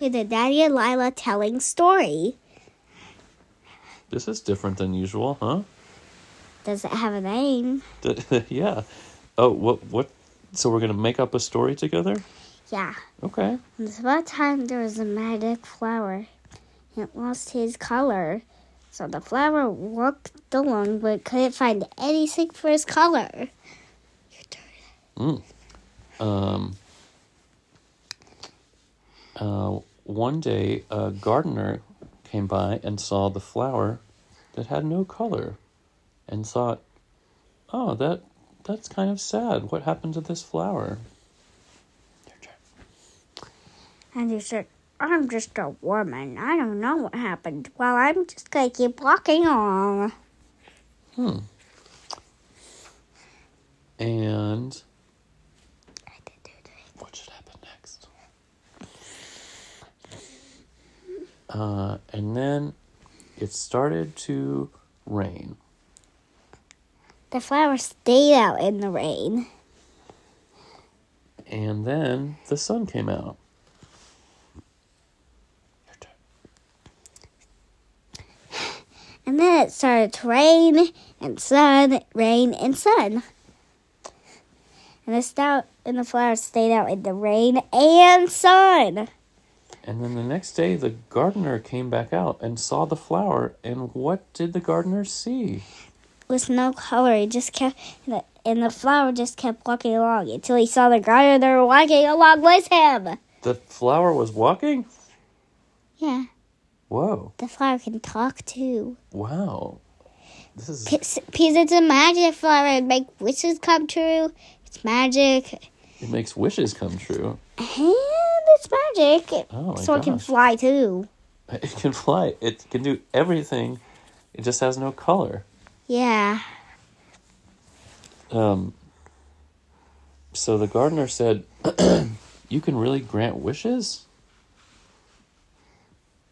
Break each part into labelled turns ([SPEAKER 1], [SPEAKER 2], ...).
[SPEAKER 1] with a Daddy and Lila telling story.
[SPEAKER 2] This is different than usual, huh?
[SPEAKER 1] Does it have a name?
[SPEAKER 2] D- yeah. Oh, what? What? So we're gonna make up a story together?
[SPEAKER 1] Yeah.
[SPEAKER 2] Okay.
[SPEAKER 1] Once upon a time, there was a magic flower. It lost his color. So the flower walked along but couldn't find anything for his color. Your turn.
[SPEAKER 2] Um. Uh, one day, a gardener came by and saw the flower that had no color, and thought, "Oh, that that's kind of sad. What happened to this flower?" Your turn.
[SPEAKER 1] And he said, I'm just a woman. I don't know what happened. Well, I'm just going to keep walking on.
[SPEAKER 2] And
[SPEAKER 1] I did do that.
[SPEAKER 2] what should happen next? Uh, and then it started to rain.
[SPEAKER 1] The flower stayed out in the rain.
[SPEAKER 2] And then the sun came out. Your turn.
[SPEAKER 1] And then it started to rain and sun, rain and sun. And the, stout, and the flower stayed out in the rain and sun.
[SPEAKER 2] And then the next day, the gardener came back out and saw the flower. And what did the gardener see?
[SPEAKER 1] With no color, he just kept, and the, and the flower just kept walking along until he saw the gardener walking along with him.
[SPEAKER 2] The flower was walking?
[SPEAKER 1] Yeah,
[SPEAKER 2] Whoa.
[SPEAKER 1] the flower can talk too.
[SPEAKER 2] Wow. This is.
[SPEAKER 1] Because it's a magic flower and make wishes come true. It's magic.
[SPEAKER 2] It makes wishes come true.
[SPEAKER 1] And it's magic.
[SPEAKER 2] Oh my
[SPEAKER 1] so it can
[SPEAKER 2] gosh.
[SPEAKER 1] fly too.
[SPEAKER 2] It can fly. It can do everything. It just has no color.
[SPEAKER 1] Yeah.
[SPEAKER 2] Um, so the gardener said, You can really grant wishes?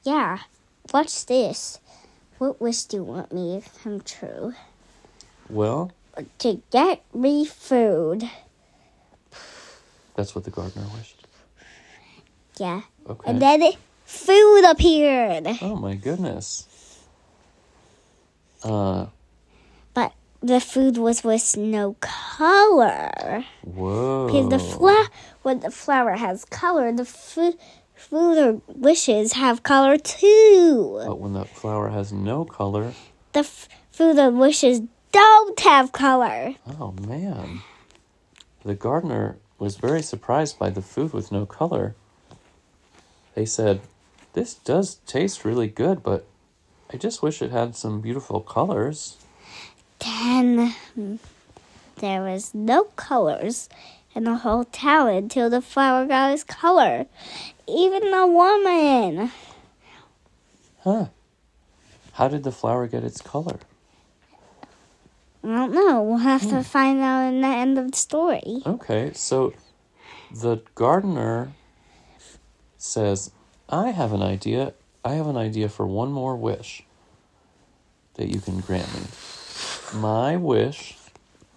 [SPEAKER 1] Yeah. Watch this. What wish do you want me to come true?
[SPEAKER 2] Well,
[SPEAKER 1] To get me food.
[SPEAKER 2] that's what the gardener wished.
[SPEAKER 1] Yeah.
[SPEAKER 2] Okay.
[SPEAKER 1] And then it, food appeared.
[SPEAKER 2] oh my goodness. Uh,
[SPEAKER 1] But the food was with no color.
[SPEAKER 2] whoa.
[SPEAKER 1] Because the flower, when the flower has color, the food, food or wishes have color too.
[SPEAKER 2] But when the flower has no color,
[SPEAKER 1] The f- food or wishes don't have color.
[SPEAKER 2] oh man. The gardener was very surprised by the food with no color. They said, This does taste really good, but I just wish it had some beautiful colors.
[SPEAKER 1] Then mm, there was no colors in the whole town until the flower got its color. Even the woman.
[SPEAKER 2] Huh. How did the flower get its color?
[SPEAKER 1] I don't know. We'll have to find out in the end of the story.
[SPEAKER 2] Okay, so the gardener says, I have an idea. I have an idea for one more wish that you can grant me. My wish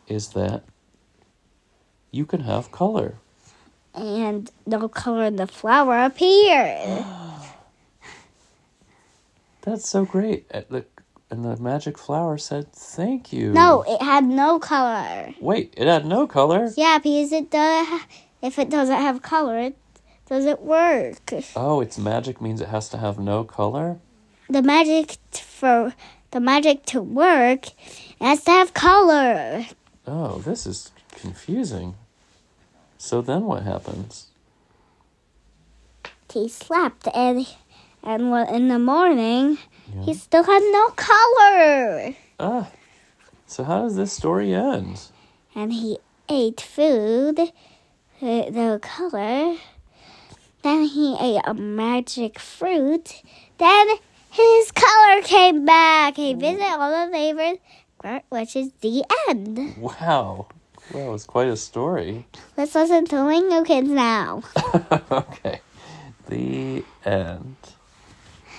[SPEAKER 2] is that you can have color.
[SPEAKER 1] And no color in the flower appeared.
[SPEAKER 2] That's so great. And the, and the magic flower said, Thank you.
[SPEAKER 1] No, it had no color.
[SPEAKER 2] Wait, it had no color?
[SPEAKER 1] Yeah, because it does. ha- If it doesn't have color, it doesn't work.
[SPEAKER 2] Oh, its magic means it has to have no color?
[SPEAKER 1] The magic t- for the magic to work it has to have color.
[SPEAKER 2] Oh, this is confusing. So then what happens?
[SPEAKER 1] He slept and and wa- in the morning
[SPEAKER 2] Yeah.
[SPEAKER 1] he still had no color.
[SPEAKER 2] Ah, so how does this story end?
[SPEAKER 1] And he ate food with no color. Then he ate a magic fruit. Then his color came back.
[SPEAKER 2] Oh.
[SPEAKER 1] He visited all the neighbors, which is the end.
[SPEAKER 2] Wow. Well, it's quite a story.
[SPEAKER 1] Let's listen to Lingo Kids now.
[SPEAKER 2] okay. The end.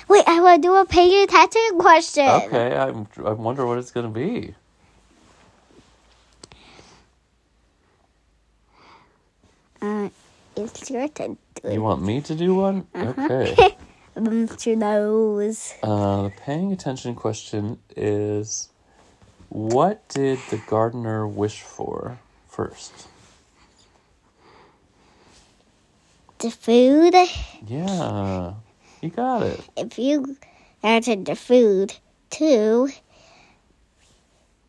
[SPEAKER 1] Wait, I want to do a painter tattoo question.
[SPEAKER 2] Okay, I'm, I wonder what it's going to be.
[SPEAKER 1] Uh, it it's your turn. to
[SPEAKER 2] You want me to do one? Okay.
[SPEAKER 1] Bumps your nose.
[SPEAKER 2] Uh, the paying attention question is what did the gardener wish for first?
[SPEAKER 1] The food.
[SPEAKER 2] Yeah, you got it.
[SPEAKER 1] If you answered the food too,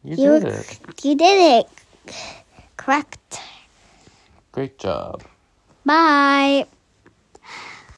[SPEAKER 2] You
[SPEAKER 1] You-
[SPEAKER 2] did it.
[SPEAKER 1] you did it correct.
[SPEAKER 2] Great job.
[SPEAKER 1] Bye.